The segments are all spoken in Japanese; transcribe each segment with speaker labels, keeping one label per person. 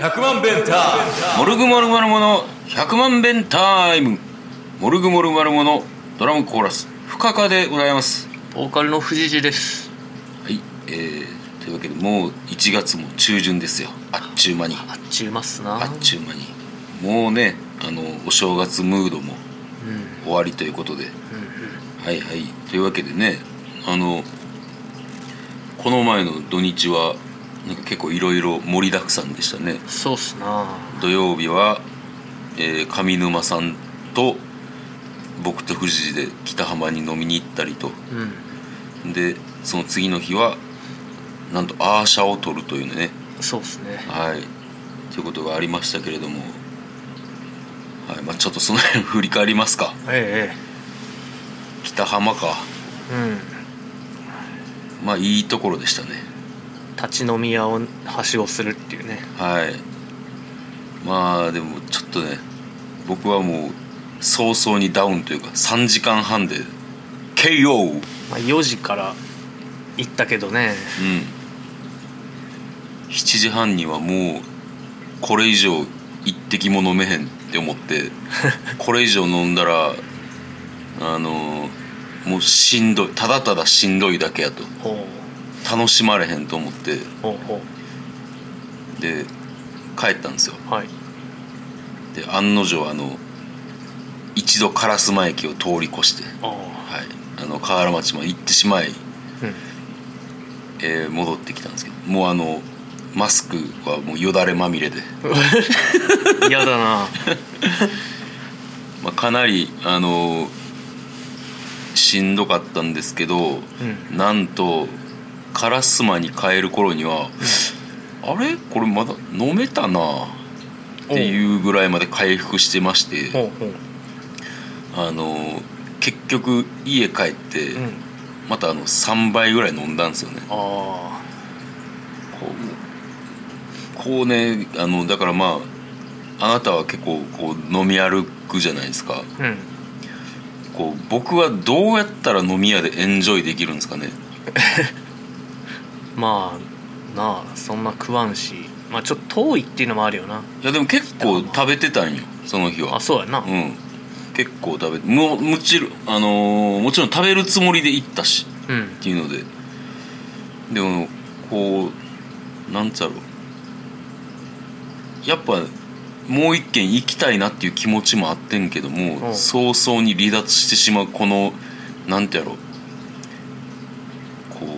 Speaker 1: 100万弁タ
Speaker 2: モルグモルマルモの100万弁タイムモルグモルマルモのドラムコーラスフカカでございます
Speaker 3: ボーカルの藤次です
Speaker 2: はいえー、というわけでもう1月も中旬ですよあっちゅう間に
Speaker 3: あっちうますな
Speaker 2: あっちゅう間にもうねあのお正月ムードも
Speaker 3: うんうん
Speaker 2: 終わりということで
Speaker 3: うん
Speaker 2: はいはいというわけでねあのこの前の土日はなんか結構いろいろ盛りだくさんでしたね
Speaker 3: そうっすな
Speaker 2: 土曜日は、えー上沼さんと僕と藤井で北浜に飲みに行ったりと
Speaker 3: うん
Speaker 2: でその次の日はなんとアーシャを撮るというね
Speaker 3: そうっすね
Speaker 2: はいということがありましたけれども、はいまあ、ちょっとその辺振り返りますか
Speaker 3: え
Speaker 2: 北浜か
Speaker 3: えええうん
Speaker 2: まあいいところでしたね
Speaker 3: 立ち飲み屋をはしごするっていうね
Speaker 2: はいまあでもちょっとね僕はもう早々にダウンというか3時間半で KO!
Speaker 3: まあ4時から行ったけどね
Speaker 2: うん7時半にはもうこれ以上一滴も飲めへんって思ってこれ以上飲んだらあのもうしんどいただただしんどいだけやと
Speaker 3: おう
Speaker 2: 楽しまれへんと思って
Speaker 3: おう
Speaker 2: で帰ったんですよ
Speaker 3: おうはい
Speaker 2: で案の定あの一度烏丸駅を通り越して、
Speaker 3: おう
Speaker 2: はい、あの河原町まで行ってしまい、
Speaker 3: うん
Speaker 2: えー戻ってきたんですけどもうあのマスクはもうよだれまみれで。
Speaker 3: 嫌だな
Speaker 2: まあ、かなりあのしんどかったんですけど、
Speaker 3: う
Speaker 2: なんと烏丸に帰る頃には、あれこれまだ飲めたなっていうぐらいまで回復してまして
Speaker 3: おうおう
Speaker 2: あの結局家帰って、
Speaker 3: うん
Speaker 2: またあの3杯ぐらい飲んだんですよね。
Speaker 3: あ
Speaker 2: こうこうねあのだからまああなたは結構こう飲み歩くじゃないですか。
Speaker 3: あうん
Speaker 2: こう僕はどうやったら飲み屋でエンジョイできるんですかね
Speaker 3: まあなあそんな食わんしまあちょっと遠いっていうのもあるよない
Speaker 2: やでも結構食べてたんよその日は
Speaker 3: あそうやな、
Speaker 2: うん結構食べてももちろん、あのーもちろん食べるつもりで行ったし
Speaker 3: うん
Speaker 2: っていうのででもこうなんつうやろやっぱもう一軒行きたいなっていう気持ちもあってんけど
Speaker 3: う
Speaker 2: も
Speaker 3: ん
Speaker 2: 早々に離脱してしまうこのなんてやろこう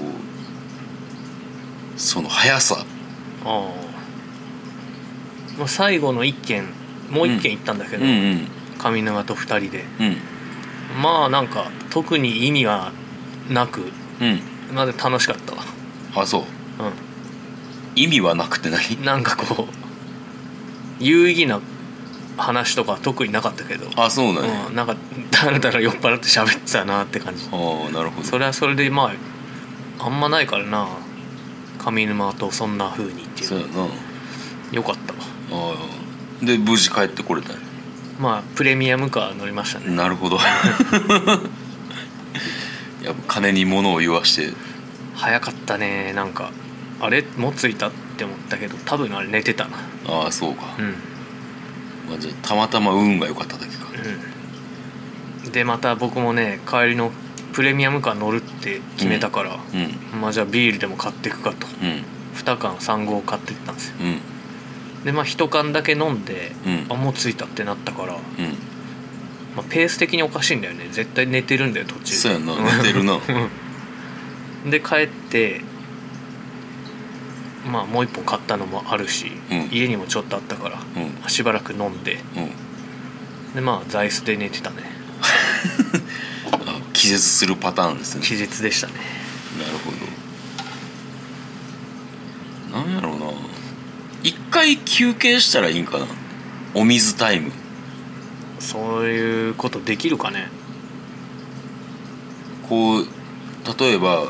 Speaker 2: その速さ
Speaker 3: ああまあ最後の1軒もう1軒行ったんだけ
Speaker 2: う
Speaker 3: ど、
Speaker 2: んうん
Speaker 3: 上沼と2人で
Speaker 2: うん
Speaker 3: まあなんか特に意味はなく
Speaker 2: うん
Speaker 3: まあでも楽しかったわ
Speaker 2: あそう意味はなくて何
Speaker 3: うんなんかこう有意義な話とかは特になかったけど
Speaker 2: あそうだね、
Speaker 3: うん、なんかだらだら酔っ払って喋ってたなって感じ
Speaker 2: ああなるほど
Speaker 3: それはそれでまああんまないからな上沼とそんな風にっていう
Speaker 2: そう
Speaker 3: の
Speaker 2: やな
Speaker 3: よかった
Speaker 2: あ
Speaker 3: わ
Speaker 2: あで無事帰ってこれたね
Speaker 3: まあプレミアムカー乗りましたね
Speaker 2: なるほど やっぱ金に物を言わして
Speaker 3: 早かったねなんかあれもう着いたって思ったけど多分あれ寝てたな
Speaker 2: ああそうか
Speaker 3: う、ん
Speaker 2: まあ、じゃあたまたま運が良かっただけか
Speaker 3: うんでまた僕もね帰りのプレミアムカー乗るって決めたから、
Speaker 2: うん
Speaker 3: まあじゃあビールでも買ってくかと
Speaker 2: うん
Speaker 3: 2缶3合買ってったんですよ
Speaker 2: うん
Speaker 3: でまあ1缶だけ飲んで、
Speaker 2: うん
Speaker 3: あもう着いたってなったから、ま
Speaker 2: うん
Speaker 3: あ、ペース的におかしいんだよね絶対寝てるんだよ途中
Speaker 2: そうやな寝てる な
Speaker 3: で帰ってまあもう一本買ったのもあるし、
Speaker 2: うん
Speaker 3: 家にもちょっとあったから、
Speaker 2: うん
Speaker 3: しばらく飲んで
Speaker 2: うん
Speaker 3: でまあ座椅子で寝てたね
Speaker 2: あ気絶するパターンですね
Speaker 3: 気絶でしたね
Speaker 2: なるほどなんやろうな一回休憩したらいいんかなお水タイム
Speaker 3: そういうことできるかね
Speaker 2: こう例えば、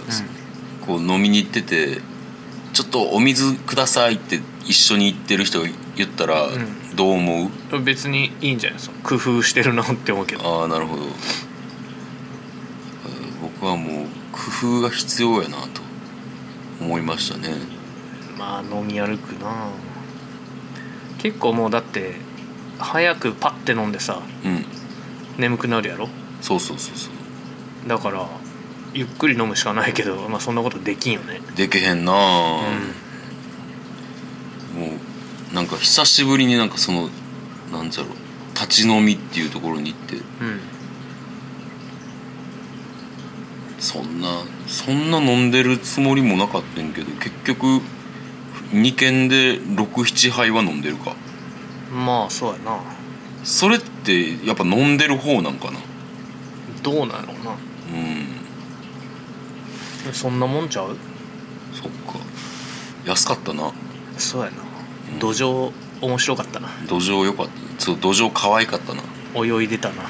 Speaker 2: こう飲みに行ってて「ちょっとお水ください」って一緒に行ってる人が言ったら、
Speaker 3: ん
Speaker 2: どう思う
Speaker 3: 別にいいんじゃないその工夫してるなって思うけど
Speaker 2: ああなるほど、えー僕はもう工夫が必要やなと思いましたね
Speaker 3: まあ飲み歩くな結構もうだって早くパッて飲んでさ
Speaker 2: うん
Speaker 3: 眠くなるやろ
Speaker 2: そうそうそうそ
Speaker 3: だからゆっくり飲むしかないけど、まあ、そんなことできんよね
Speaker 2: うでけへんなあ、もうなんか久しぶりになんかそのなんじゃろう立ち飲みっていうところに行って
Speaker 3: うん、うん、
Speaker 2: そんなそんな飲んでるつもりもなかったんやけど結局2軒で67杯は飲んでるか
Speaker 3: まあそうやな
Speaker 2: それってやっぱ飲んでる方なんかな
Speaker 3: どうなんやろう
Speaker 2: うん
Speaker 3: なそんなもんちゃう
Speaker 2: そっか安かったな
Speaker 3: そうやな土壌面白かったな
Speaker 2: 土壌良かったそう土壌可愛かったな
Speaker 3: 泳いでたな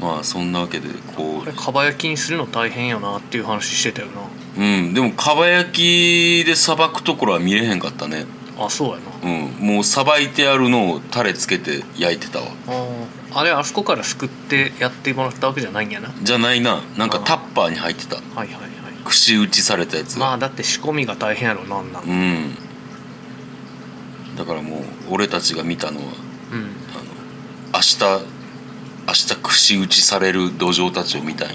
Speaker 2: うんまあそんなわけでこ
Speaker 3: これかば焼きにするの大変よなっていう話してたよ
Speaker 2: ううんでもかば焼きでさばくところは見れへんかったね
Speaker 3: なあそうやな
Speaker 2: うんもうさばいてあるのをタレつけて焼いてたわ
Speaker 3: あーあれあそこから救ってやってもらったわけじゃないんやな
Speaker 2: じゃないななんか
Speaker 3: あー
Speaker 2: タッパーに入ってた
Speaker 3: はいはいはい
Speaker 2: 串打ちされたやつが
Speaker 3: まあだって仕込みが大変やろなんなん
Speaker 2: うんだからもう俺たちが見たのは
Speaker 3: うん
Speaker 2: あの明日明日串打ちされる土壌たちを見たい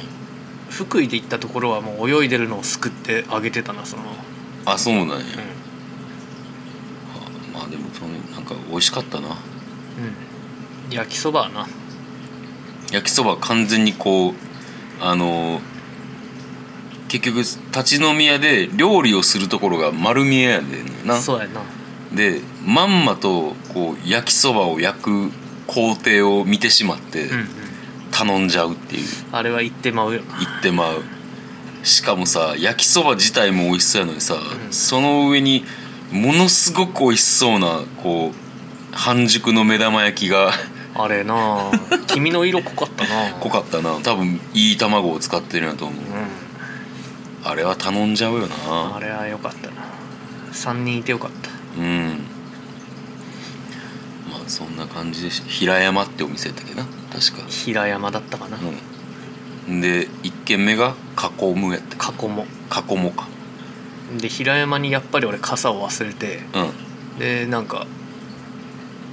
Speaker 3: 福井で行ったところはもう泳いでるのを救ってあげてたなその
Speaker 2: あそうなんや、は
Speaker 3: う、
Speaker 2: あまあでもそのなんか美味しかったなん
Speaker 3: うん、焼きそばはな
Speaker 2: 焼きそばは完全にこうあの結局立ち飲み屋で料理をするところが丸見えやでな
Speaker 3: そうやな
Speaker 2: でまんまとこう焼きそばを焼く工程を見てしまって
Speaker 3: うんうん
Speaker 2: 頼んじゃうっていう、
Speaker 3: あれは行ってまうよな
Speaker 2: 行ってまうしかもさ焼きそば自体も美味しそうやのにさ、
Speaker 3: うん
Speaker 2: その上にものすごく美味しそうなこう半熟の目玉焼きが
Speaker 3: あれな 君の色濃かったな
Speaker 2: 濃かったな多分いい卵を使ってるなと思う
Speaker 3: う
Speaker 2: あれは頼んじゃうよ
Speaker 3: んあ
Speaker 2: な
Speaker 3: れは良かったな3人いてよかった
Speaker 2: うんまあそんな感じでし平山ってお店やったっけな確か
Speaker 3: 平山だったかな、
Speaker 2: うんで1軒目がカコムやった
Speaker 3: 過去も
Speaker 2: カコモか
Speaker 3: で平山にやっぱり俺傘を忘れて
Speaker 2: うんあ
Speaker 3: でなんか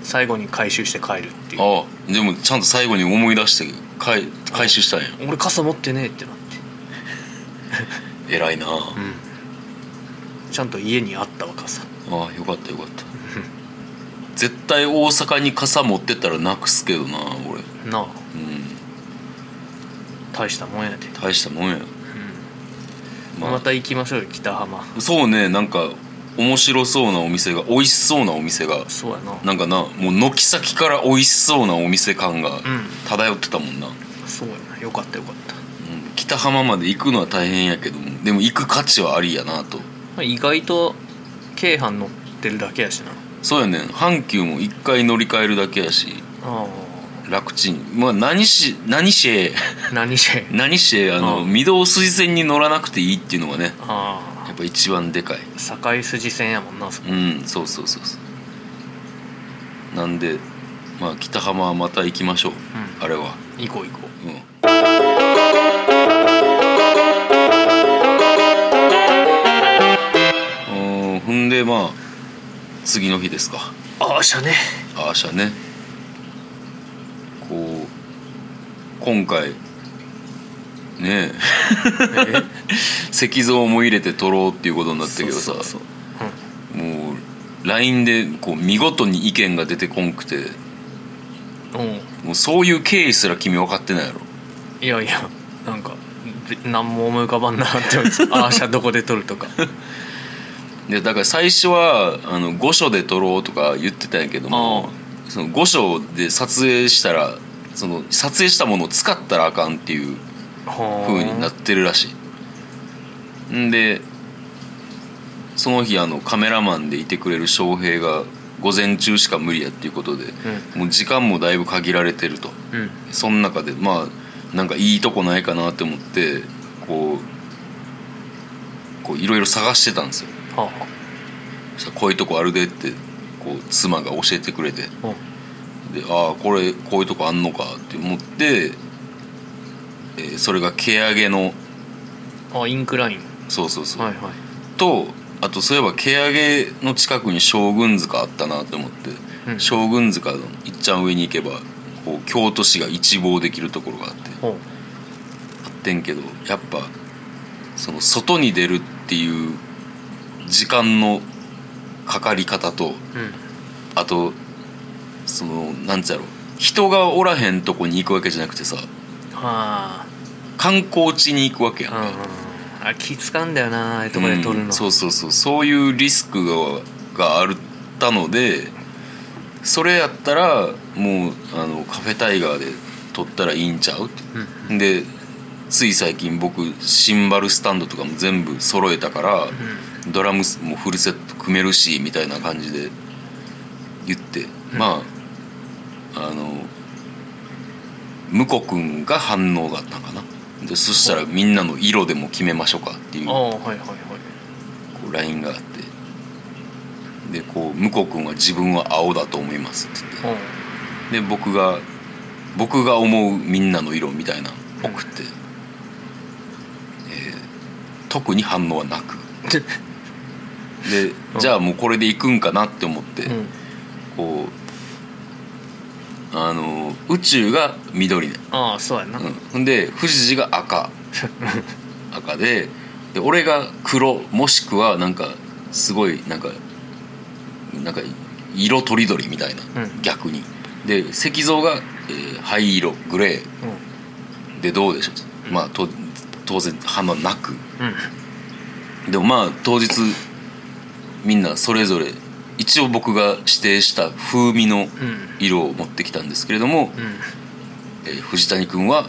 Speaker 3: 最後に回収して帰るっていう
Speaker 2: あでもちゃんと最後に思い出して回回収したんや
Speaker 3: 俺傘持ってねえってなって
Speaker 2: 偉いなあ
Speaker 3: うんちゃんと家にあったわ傘
Speaker 2: ああよかったよかった絶対大阪に傘持ってったらなくすけどな俺
Speaker 3: なあ
Speaker 2: うん
Speaker 3: 大したもんやで、
Speaker 2: 大したもんや
Speaker 3: うんまた行きましょうよ北浜
Speaker 2: そうねなんか面白そうなお店が美味しそうなお店が
Speaker 3: そうやな
Speaker 2: なんかなもう軒先から美味しそうなお店感が
Speaker 3: う
Speaker 2: 漂ってたもんな、うん
Speaker 3: んそうやなよかったよかった、
Speaker 2: 北浜まで行くのは大変やけどもでも行く価値はありやなと
Speaker 3: まあ、意外と京阪乗ってるだけやしな
Speaker 2: そうやねん阪急も一回乗り換えるだけやし
Speaker 3: あ
Speaker 2: 楽ちんまあ何し何し
Speaker 3: あ何し
Speaker 2: 何しあの
Speaker 3: う
Speaker 2: 御堂筋線に乗らなくていいっていうのがね
Speaker 3: あ
Speaker 2: やっぱ一番でかい
Speaker 3: あ境筋線やもんなそこ
Speaker 2: うんそうそうそうそうなんでまあ北浜はまた行きましょう、
Speaker 3: ん
Speaker 2: あれは
Speaker 3: 行こう行こ
Speaker 2: う
Speaker 3: う
Speaker 2: んうんほんでまあ次の日ですか
Speaker 3: ああしゃね
Speaker 2: あーしゃねこう今回ねえ 石像も入れて撮ろうっていうことになったけどさ
Speaker 3: そうそうそう
Speaker 2: もう LINE でこう見事に意見が出てこんくて
Speaker 3: うんうん
Speaker 2: もうそういう経緯すら君分かってないやろ
Speaker 3: いやいやなんかべ何も思い浮かばんなって 思ってああしゃどこで撮る とか
Speaker 2: でだから最初はあの5所で撮ろうとか言ってたんやけどもその5所で撮影したらその撮影したものを使ったらあかんっていう
Speaker 3: はあ
Speaker 2: 風になってるらしいんでその日あのカメラマンでいてくれる翔平が午前中しか無理やっていうことで、もう時間もだいぶ限られてると
Speaker 3: うんうん
Speaker 2: その中でまあなんかいいとこないかなって思ってこうこういろいろ探してたんですよ
Speaker 3: はあは
Speaker 2: そしたらこういうとこあるでってこう妻が教えてくれて
Speaker 3: あうん
Speaker 2: でああこれこういうとこあんのかって思って、えーそれが毛上げの
Speaker 3: あインクライン
Speaker 2: そうそうそう、
Speaker 3: はいはい
Speaker 2: とあとそういえば蹴上の近くに将軍塚あったなと思って、
Speaker 3: うん
Speaker 2: 将軍塚のいっちゃん上に行けばこう京都市が一望できるところがあって
Speaker 3: ほ
Speaker 2: あってんけどやっぱその外に出るっていう時間のかかり方と
Speaker 3: ううん
Speaker 2: あとそのなんつうやろ人がおらへんとこに行くわけじゃなくてさ
Speaker 3: は
Speaker 2: 観光地に行くわけやん
Speaker 3: あ
Speaker 2: か、
Speaker 3: うんうんあ気使うんだよなああいうとこで撮るの、
Speaker 2: うんそうそうそうそういうリスクががあったのでそれやったらもうあのカフェタイガーで撮ったらいいんちゃうって
Speaker 3: うん
Speaker 2: でつい最近僕シンバルスタンドとかも全部揃えたから、ドラムスもフルセット組めるしみたいな感じで言って、
Speaker 3: うん
Speaker 2: まああの向こう君が反応があったのかなでそしたらみんなの色でも決めましょうかっていう
Speaker 3: ああはいはいはい
Speaker 2: こう LINE があってでこう向こう君は自分は青だと思いますって言って
Speaker 3: ほう
Speaker 2: で僕が僕が思うみんなの色みたいなの送って、えー特に反応はな くで
Speaker 3: うん
Speaker 2: じゃあもうこれでいくんかなって思って、
Speaker 3: うん
Speaker 2: こうあの宇宙が緑ね、
Speaker 3: ああそうやな、
Speaker 2: うん、ほんで富士寺が 赤赤でで俺が黒もしくはなんかすごいなんかなんか色とりどりみたいな、
Speaker 3: うん
Speaker 2: 逆にで石像が、えー灰色グレーでどうでしょう、まあと当然反応なく
Speaker 3: うんうん
Speaker 2: でもまあ当日みんなそれぞれ一応僕が指定した風味の
Speaker 3: うん
Speaker 2: 色を持ってきたんですけれども、
Speaker 3: うん
Speaker 2: えー藤谷君は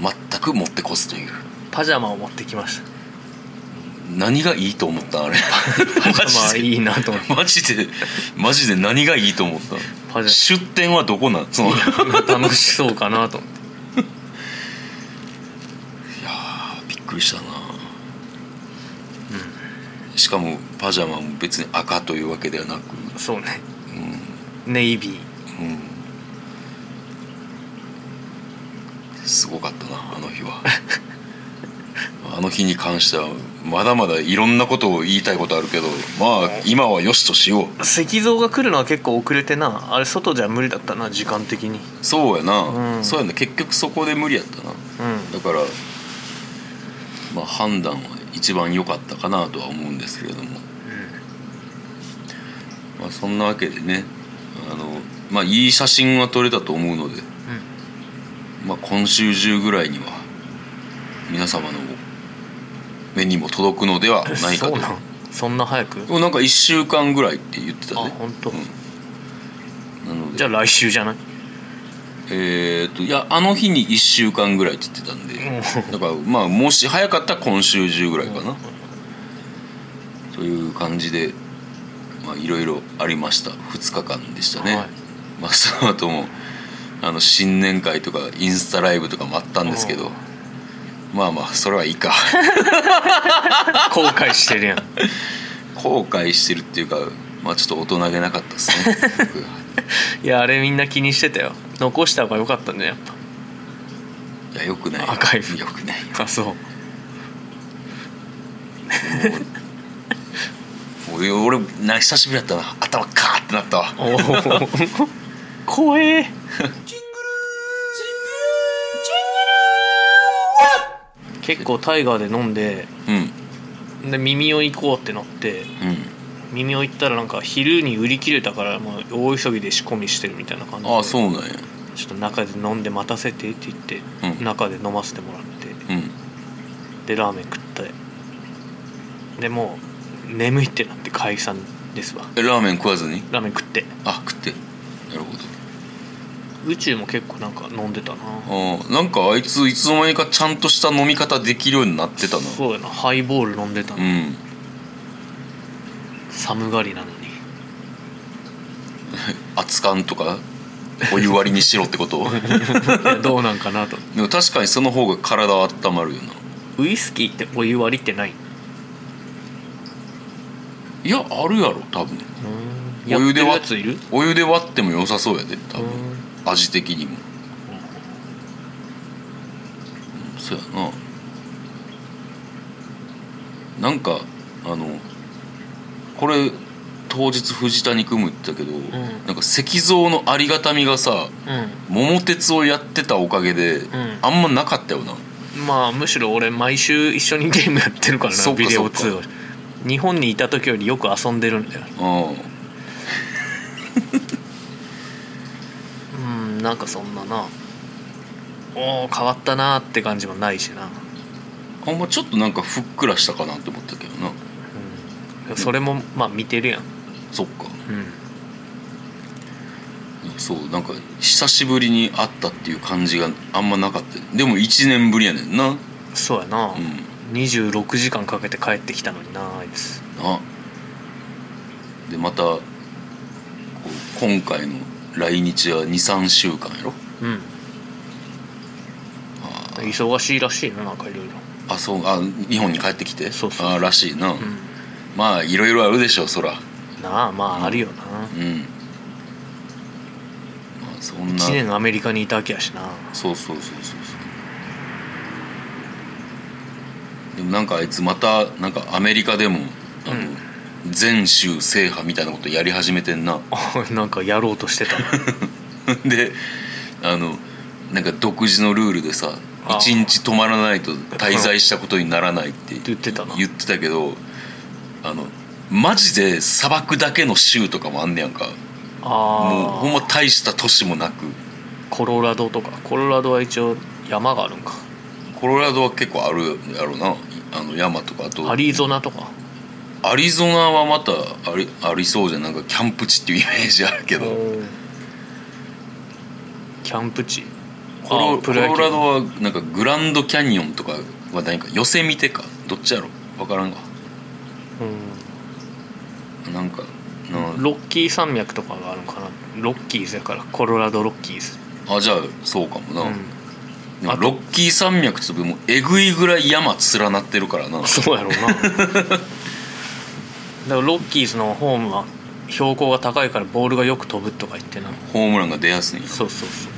Speaker 2: 全く持ってこずという
Speaker 3: パジャマを持ってきました
Speaker 2: 何がいいと思ったん あれ
Speaker 3: パジャマはいいなと思って
Speaker 2: マジでマジで何がいいと思った
Speaker 3: パ ジ
Speaker 2: 出店はどこなんそのい や
Speaker 3: ャマ楽しそうかなと思っ
Speaker 2: ーびっくりしたな、しかもパジャマも別に赤というわけではなく、
Speaker 3: てそうね、ネイビー
Speaker 2: うん、すごかったなあの日 はあの日に関してはまだまだいろんなことを言いたいことあるけどまあ今はよしとしよう
Speaker 3: 石像が来るのは結構遅れてなあれ外じゃ無理だったな時間的に
Speaker 2: そうやな、
Speaker 3: うん
Speaker 2: そうやな結局そこで無理やったな
Speaker 3: う
Speaker 2: だからまあ判断は一番良かったかなとは思うんですけれども、まあ、そんなわけでねあのまあいい写真は撮れたと思うので、まあ、今週中ぐらいには皆様の目にも届くのでは
Speaker 3: ん
Speaker 2: ないか
Speaker 3: そ
Speaker 2: と
Speaker 3: うなんそんな早く
Speaker 2: でもなんか1週間ぐらいって言ってたね
Speaker 3: あ本当
Speaker 2: うんなので
Speaker 3: じゃあ来週じゃない
Speaker 2: えー、といやあの日に1週間ぐらいって言ってたんで
Speaker 3: う
Speaker 2: だからまあもし早かったら今週中ぐらいかなという感じでまあいろいろありました2日間でしたね、
Speaker 3: はい
Speaker 2: まあその後もあの新年会とかインスタライブとかもあったんですけどまあまあそれはいい か
Speaker 3: 後悔して るやん
Speaker 2: 後悔してるっていうかまあちょっと大人げなかったですね僕
Speaker 3: いやあれみんな気にしてたよ残した方が良かったんじゃんやっ
Speaker 2: いやよくないよ
Speaker 3: アーカイブ
Speaker 2: よくないよ
Speaker 3: ぱあそう
Speaker 2: 俺俺な久しぶりだったな頭カーってなったわ
Speaker 3: おお怖え結構タイガーで飲んで
Speaker 2: うんう
Speaker 3: で耳を行こうってなって
Speaker 2: ん
Speaker 3: 耳を行ったらなんか昼に売り切れたからもう大急ぎで仕込みしてるみたいな感じで
Speaker 2: ああそうなんや
Speaker 3: ちょっと中で飲んで待たせてって言って、
Speaker 2: うん
Speaker 3: 中で飲ませてもらって
Speaker 2: うん
Speaker 3: でラーメン食ってでもう眠いってなって解散ですわ
Speaker 2: えラーメン食わずに
Speaker 3: ラーメン食って
Speaker 2: あ食ってなるほど
Speaker 3: 宇宙も結構なんか飲んでたな
Speaker 2: あーなんかあいついつの間にかちゃんとした飲み方できるようになってたな
Speaker 3: そうやなハイボール飲んでた
Speaker 2: う
Speaker 3: な、
Speaker 2: ん
Speaker 3: 寒がりなのに
Speaker 2: 熱燗とかお湯割りにしろってこと
Speaker 3: いやどうなんかなと
Speaker 2: でも確かにその方が体は温まるよな
Speaker 3: ウイスキーってお湯割りってない
Speaker 2: いやあるやろ多分
Speaker 3: お
Speaker 2: お湯で
Speaker 3: やっ
Speaker 2: 割
Speaker 3: てるやついる
Speaker 2: お湯で割っても良さそうやで多分
Speaker 3: うん
Speaker 2: 味的にもうんそうやななんかあのこれ当日藤谷君も言ってたけど、なんか石像のありがたみがさ桃鉄をやってたおかげで、
Speaker 3: ん
Speaker 2: あんまなかったよな
Speaker 3: うんまあむしろ俺毎週一緒にゲームやってるから
Speaker 2: そ
Speaker 3: な
Speaker 2: うか
Speaker 3: ビデ
Speaker 2: そ
Speaker 3: オ
Speaker 2: うか
Speaker 3: 通話日本にいた時よりよく遊んでるんだよ
Speaker 2: あ
Speaker 3: うんなんかそんななおお変わったなって感じもないしな、
Speaker 2: あんまちょっとなんかふっくらしたかなって思ったけどな
Speaker 3: うん、それもまあ見てるやん、
Speaker 2: そっか
Speaker 3: うん、
Speaker 2: そうなんか久しぶりに会ったっていう感じがあんまなかったでも1年ぶりやねんなうん
Speaker 3: そうやな、26時間かけて帰ってきたのになあいつ
Speaker 2: あでまたこう今回の来日は23週間やろ
Speaker 3: うん忙しいらしいななんかいろいろ
Speaker 2: あそうあ日本に帰ってきて
Speaker 3: そうそう
Speaker 2: あらしいな、
Speaker 3: う
Speaker 2: まあいろいろあるでしょうそら
Speaker 3: んなあまああるよな、
Speaker 2: うんまあそんな
Speaker 3: 1年アメリカにいたわけやしな
Speaker 2: そうそうそうそうそうでもなんかあいつまたなんかアメリカでもあの、全州制覇みたいなことやり始めてんな
Speaker 3: おい なんかやろうとしてたな
Speaker 2: であのなんか独自のルールでさ
Speaker 3: あー
Speaker 2: 一日泊まらないと滞在したことにならないって
Speaker 3: 言ってたな
Speaker 2: 言ってたけどあのマジで砂漠だけの州とかもあんねやんかもう
Speaker 3: あ
Speaker 2: ほんま大した都市もなく
Speaker 3: あコロラドとかコロラドは一応山があるんか
Speaker 2: コロラドは結構あるやろうなあの山とかあと
Speaker 3: アリゾナとか
Speaker 2: アリゾナはまたありありそうじゃんなんかキャンプ地っていうイメージあるけど
Speaker 3: キャンプ地
Speaker 2: コロ
Speaker 3: あ
Speaker 2: コ
Speaker 3: プロ野球
Speaker 2: ロラドはなんかグランドキャニオンとかは何か寄せ見てかどっちやろ分からんか
Speaker 3: う
Speaker 2: なんかなん
Speaker 3: ロッキー山脈とかがあるのかなロッキーズやからコロラドロッキーズ、
Speaker 2: あじゃあそうかもな、
Speaker 3: うん、
Speaker 2: でもロッキー山脈ってもうえぐいぐらい山連なってるからな
Speaker 3: そうやろう なだからロッキーズのホームは標高が高いからボールがよく飛ぶとか言ってな
Speaker 2: ホームランが出やすいんや
Speaker 3: そうそうそう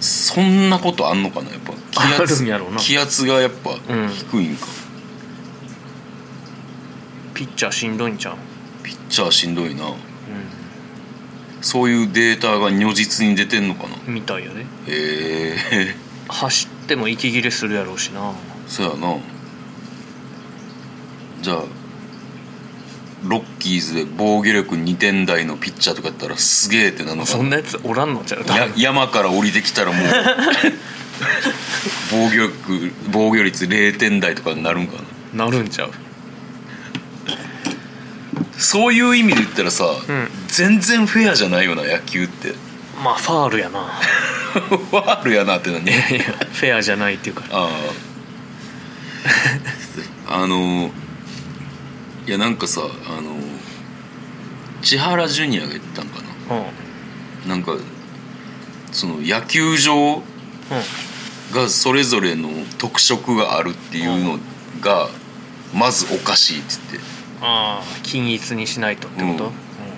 Speaker 2: そんなことあんのかなやっぱ気
Speaker 3: ある
Speaker 2: 圧
Speaker 3: んやろうな
Speaker 2: 気圧がやっぱ
Speaker 3: うん
Speaker 2: 低いんか、
Speaker 3: ピッチャーしんどいんちゃう、
Speaker 2: ピッチャーしんどいな
Speaker 3: う、
Speaker 2: そういうデータが如実に出てんのかなん
Speaker 3: みたいやで
Speaker 2: へえ
Speaker 3: 走っても息切れするやろうしな
Speaker 2: そうやなじゃあロッキーズで防御力2点台のピッチャーとかやったらすげえってなのか
Speaker 3: そんなやつおらんのちゃう
Speaker 2: や山から降りてきたらもう防御力防御率0点台とかになるんかな
Speaker 3: なるんちゃう
Speaker 2: そういう意味で言ったらさ、
Speaker 3: ん
Speaker 2: 全然フェアじゃないよな野球って
Speaker 3: まあファールやな
Speaker 2: ファールやなってなに
Speaker 3: いやフェアじゃないっていうか
Speaker 2: あああのいやなんかさあの千原ジュニアが言ったんかな
Speaker 3: うんうん
Speaker 2: なんかその野球場がそれぞれの特色があるっていうのがまずおかしいって言って
Speaker 3: ああ均一にしないとってこと、
Speaker 2: うん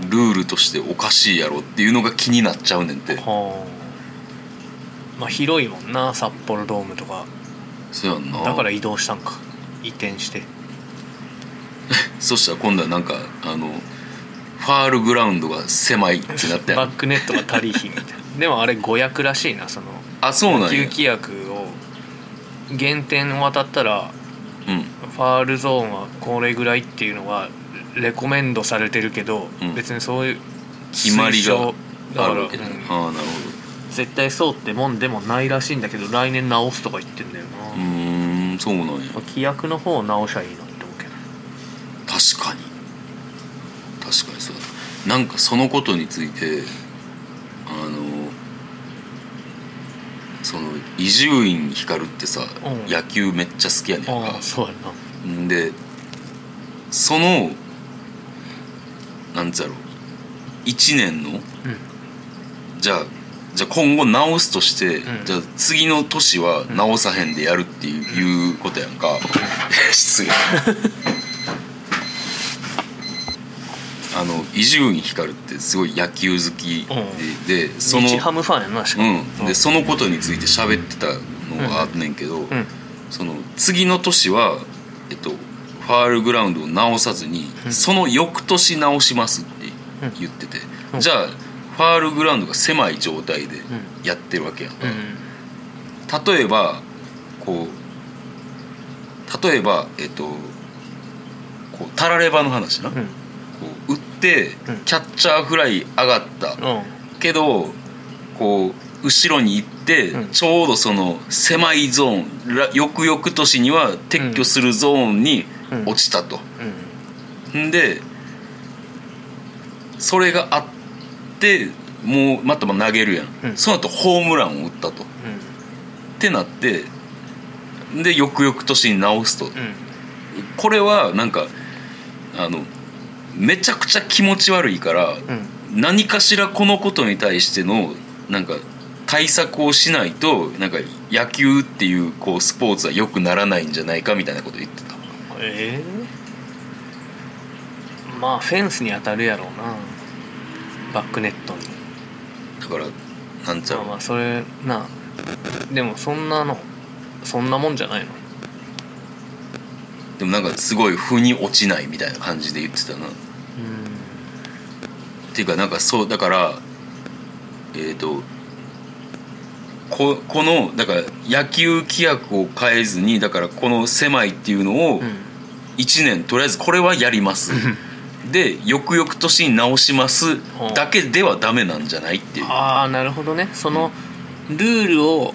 Speaker 2: ルールとしておかしいやろっていうのが気になっちゃうねんて
Speaker 3: はあまあ広いもんな札幌ドームとか
Speaker 2: そうやんな
Speaker 3: だから移動したんか移転して
Speaker 2: そしたら今度はなんかあのファールグラウンドが狭いってなって
Speaker 3: バックネットが足りひんみたい なでもあれ誤訳らしいなその
Speaker 2: あそうなん
Speaker 3: 旧
Speaker 2: や、
Speaker 3: 規約を減点を渡ったら
Speaker 2: うん、
Speaker 3: ファールゾーンはこれぐらいっていうのはレコメンドされてるけど、
Speaker 2: うん
Speaker 3: 別にそういう
Speaker 2: 決まりが
Speaker 3: 推奨
Speaker 2: あ
Speaker 3: だから
Speaker 2: るわけだね、
Speaker 3: うん
Speaker 2: ああなるほ
Speaker 3: 絶対そうってもんでもないらしいんだけど来年直すとか言ってんだよ
Speaker 2: どう
Speaker 3: な、
Speaker 2: ーんそうなんや
Speaker 3: 規約の方を直しゃいいのにと思うけど
Speaker 2: 確かに確かにそうだなんかそのことについてあのその伊集院光ってさ、
Speaker 3: うん
Speaker 2: 野球めっちゃ好きやねん
Speaker 3: ああ
Speaker 2: か
Speaker 3: そうやなん
Speaker 2: でそのなんつうやろ1年の
Speaker 3: うん
Speaker 2: じゃあじゃあ今後直すとして、
Speaker 3: うん
Speaker 2: じゃあ次の年は直さへんでやるっていう,、いうことやんか 失礼あの伊集院光ってすごい野球好きで,、でその
Speaker 3: 日ハムファンやなしかも
Speaker 2: うん、でそのことについて喋ってたのがあんねんけど、
Speaker 3: うん
Speaker 2: その次の年はえっと、ファールグラウンドを直さずに、
Speaker 3: うん
Speaker 2: その翌年直しますって言ってて、
Speaker 3: うん
Speaker 2: じゃあファールグラウンドが狭い状態でやってるわけやん
Speaker 3: うん
Speaker 2: 例えばこう例えばえっとこうタラレバの話な、
Speaker 3: うん
Speaker 2: こう打って
Speaker 3: うん
Speaker 2: キャッチャーフライ上がった、
Speaker 3: うん
Speaker 2: けどこう後ろに行って、
Speaker 3: うん
Speaker 2: ちょうどその狭いゾーンら翌々年には撤去するゾーンに
Speaker 3: うん
Speaker 2: 落ちたと。
Speaker 3: うん
Speaker 2: んでそれがあってもうまた投げるやん、
Speaker 3: うん
Speaker 2: その後ホームランを打ったと。ってなってで翌々年に直すと。
Speaker 3: うん
Speaker 2: これはなんかあのめちゃくちゃ気持ち悪いから、
Speaker 3: うん
Speaker 2: 何かしらこのことに対してのなんか対策をしないとなんか野球っていうこうスポーツは良くならないんじゃないかみたいなこと言ってた
Speaker 3: ええまあフェンスに当たるやろうなバックネットに
Speaker 2: だからなんちゃ
Speaker 3: まあ
Speaker 2: う
Speaker 3: まあそれなでもそんなのそんなもんじゃないの
Speaker 2: でもなんかすごい腑に落ちないみたいな感じで言ってたなっ
Speaker 3: うん
Speaker 2: ていうかなんかそうだからえっ、とここのだから野球規約を変えずにだからこの狭いっていうのを
Speaker 3: うん
Speaker 2: 1年とりあえずこれはやりますで翌々年に直します
Speaker 3: うん
Speaker 2: だけではダメなんじゃないっていう
Speaker 3: ああなるほどねそのルールを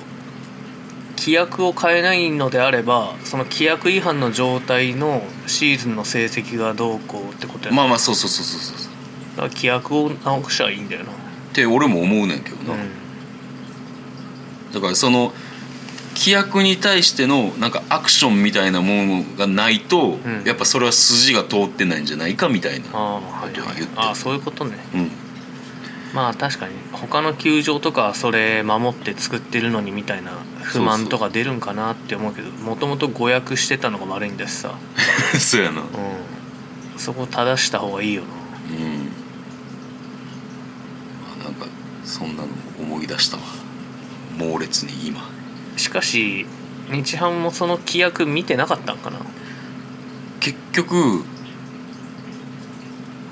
Speaker 3: 規約を変えないのであればその規約違反の状態のシーズンの成績がどうこうってことやな、
Speaker 2: まあまあそうそうそうそうそう
Speaker 3: だから規約を直しゃいいんだよな、
Speaker 2: って俺も思うねんけどな、だからその規約に対してのなんかアクションみたいなものがないと、
Speaker 3: ん
Speaker 2: やっぱそれは筋が通ってないんじゃないかみたいな
Speaker 3: ああはい
Speaker 2: ことを
Speaker 3: はい
Speaker 2: 言って
Speaker 3: ああそういうことね
Speaker 2: うん
Speaker 3: まあ確かに他の球場とかはそれ守って作ってるのにみたいな不満とか出るんかなって思うけどもともと誤訳してたのが悪いんだしさ、
Speaker 2: そうやな
Speaker 3: うん、そこ正した方がいいよな
Speaker 2: うん、まあ、なんかそんなの思い出したわ猛烈に今
Speaker 3: しかし日ハムもその規約見てなかったんかな
Speaker 2: 結局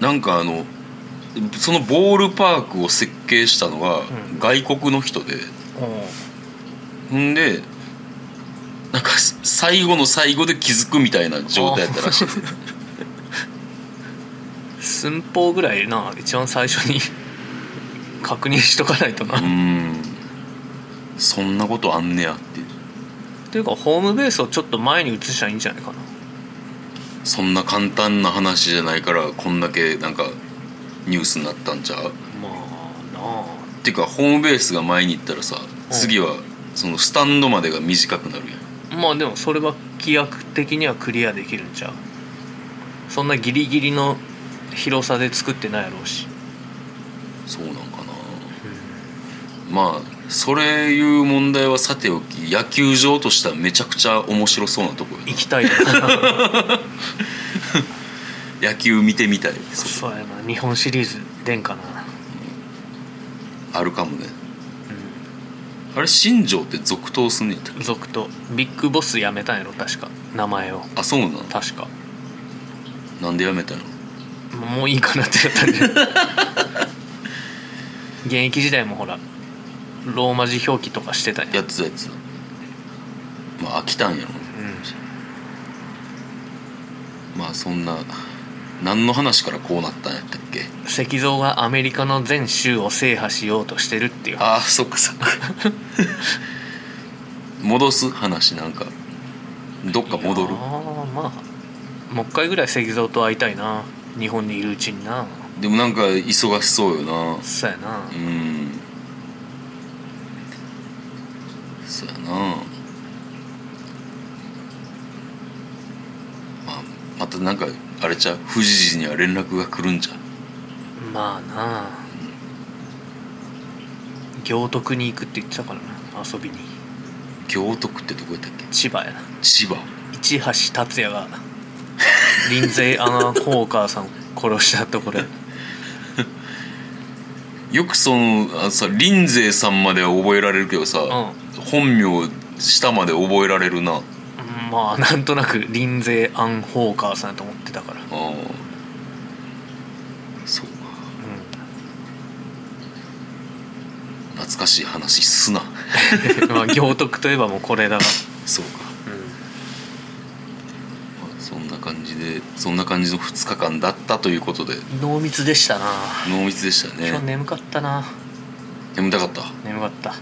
Speaker 2: なんかあのそのボールパークを設計したのは
Speaker 3: うん
Speaker 2: 外国の人で、んでなんかす最後の最後で気づくみたいな状態やったらし い
Speaker 3: 寸法ぐらいな一番最初に 確認しとかないとな、
Speaker 2: うーんそんなことあんねやっていう
Speaker 3: というかホームベースをちょっと前に移しゃいいんじゃないかな
Speaker 2: そんな簡単な話じゃないからこんだけなんかニュースになったんちゃう
Speaker 3: まあなあ
Speaker 2: っていうかホームベースが前に行ったらさ次はそのスタンドまでが短くなるやん
Speaker 3: まあでもそれは規約的にはクリアできるんちゃうそんなギリギリの広さで作ってないやろうし
Speaker 2: そうなんかな、まあそれいう問題はさておき野球場としてはめちゃくちゃ面白そうなとこ
Speaker 3: 行きたいな
Speaker 2: や野球見てみたいそ
Speaker 3: そうやな日本シリーズ出んかな、
Speaker 2: あるかもねあれ新庄って続投すんねんやったっ
Speaker 3: うん、続とビッグボス辞めたんやろ確か名前を
Speaker 2: けあそうなん
Speaker 3: 確か
Speaker 2: なんでやめたの
Speaker 3: もういいかなってやったんじゃない現役時代もほらローマ字表記とかしてたんや
Speaker 2: やってたやつだまあ飽きたんやろ
Speaker 3: う
Speaker 2: まあそんな何の話からこうなったんやったっけ
Speaker 3: ん、石像がアメリカの全州を制覇しようとしてるっていう
Speaker 2: ああそっか そっか戻す話なんかどっか戻る
Speaker 3: ああまあもう一回ぐらい石像と会いたいな日本にいるうちにな
Speaker 2: でもなんか忙しそうよな
Speaker 3: そうやな
Speaker 2: うんそうやなまあまたなんかあれちゃう富士寺には連絡が来るんじゃう
Speaker 3: まあな行徳に行くって言ってたからな遊びに
Speaker 2: 行徳ってどこやったっけ
Speaker 3: 千葉やな
Speaker 2: 千葉
Speaker 3: 市橋達也が林税アナ・ホーカーさんを殺したとこ ろや
Speaker 2: よくそのあのさ林勢さんまでは覚えられるけどさ、
Speaker 3: う
Speaker 2: 本名下まで覚えられるな
Speaker 3: まあなんとなく林税アン・ホーカーさんやと思ってたから、うん、
Speaker 2: ああそうか懐かしい話すな
Speaker 3: まあ行徳といえばもうこれだが、
Speaker 2: そうか
Speaker 3: う
Speaker 2: まあそんな感じでそんな感じの2日間だったということで
Speaker 3: ん、濃密でしたな
Speaker 2: 濃密でした
Speaker 3: 今日
Speaker 2: ね
Speaker 3: 眠かったな
Speaker 2: 眠たかった
Speaker 3: 眠かった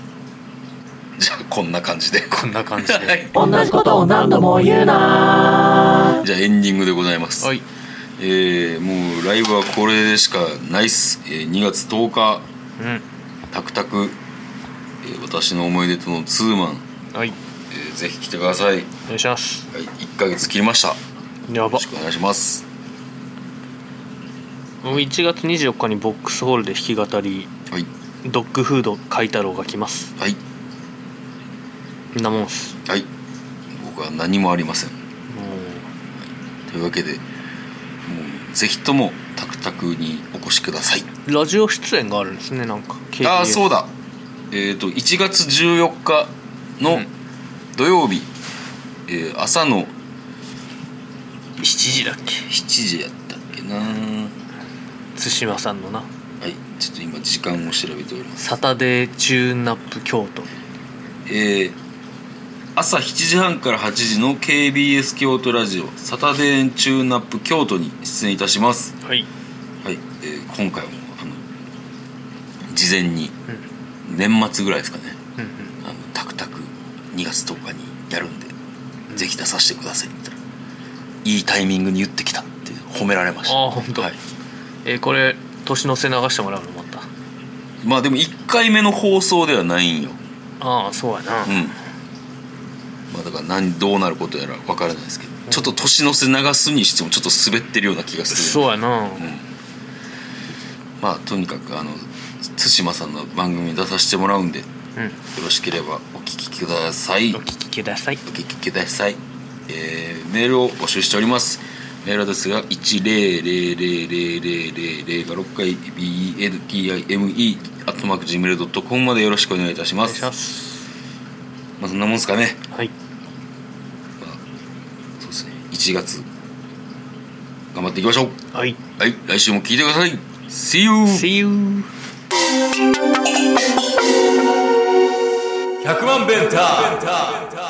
Speaker 2: じゃあこんな感じで
Speaker 3: こんな感 じで
Speaker 2: はい
Speaker 4: 同じことを何度も言うな
Speaker 2: じゃあエンディングでございます
Speaker 3: はい
Speaker 2: えーもうライブはこれでしかないっす、えー2月10日
Speaker 3: う
Speaker 2: タクタク、えー私の思い出とのツーマン、
Speaker 3: んはい
Speaker 2: えーぜひ来てください、はい、
Speaker 3: お願いします
Speaker 2: 1ヶ月切りましたよ
Speaker 3: やば
Speaker 2: ろしくお願いします
Speaker 3: もう1月24日にボックスホールで弾き語り
Speaker 2: はい
Speaker 3: ドッグフード海太郎が来ます
Speaker 2: はい
Speaker 3: んなもんっす
Speaker 2: はい僕は何もありません
Speaker 3: も
Speaker 2: というわけでもうぜひともタクタクにお越しくださいう
Speaker 3: ラジオ出演があるんですねなんか
Speaker 2: ああそう
Speaker 3: だ
Speaker 2: だえっ、と1月14日の
Speaker 3: うん
Speaker 2: 土曜日、えー朝の
Speaker 3: 7時だっけ
Speaker 2: 7時やったっけなは
Speaker 3: 対馬さんのない
Speaker 2: ちょっと今時間を調べております
Speaker 3: サタデーチューンナップ京都
Speaker 2: えー朝7時半から8時の KBS 京都ラジオサタデーチューンナップ京都に出演いたします
Speaker 3: はい
Speaker 2: はい、えー今回もあの事前に年末ぐらいですかね
Speaker 3: うん
Speaker 2: あのタクタク2月10日にやるんで、ぜひ出させてくださいって言ったらいいタイミングに言ってきたって褒められました
Speaker 3: あーほんと
Speaker 2: はい、
Speaker 3: えーこれ年の瀬流してもらうのまた
Speaker 2: まあでも1回目の放送ではないんよ
Speaker 3: ああそうやな、
Speaker 2: うんまあだから何どうなることやら分からないですけど、ちょっと年の瀬流すにしてもちょっと滑ってるような気がする
Speaker 3: そうやな、
Speaker 2: まあとにかくあの対馬さんの番組に出させてもらうんでよ
Speaker 3: うん
Speaker 2: ろしければお聞きください
Speaker 3: お聞きください
Speaker 2: お聞きください、えーメールを募集しておりますメールアドレスが1000000が6回 BELTIME アットマーク Gmail.com までよろしくお願いいたし
Speaker 3: お
Speaker 2: ま
Speaker 3: 願い
Speaker 2: す
Speaker 3: します
Speaker 2: まあそんなもんですかね
Speaker 3: はい
Speaker 2: そうですね1月頑張っていきましょう
Speaker 3: はい
Speaker 2: はい来週も聞いてください See you!
Speaker 3: See you
Speaker 1: 100万ベンター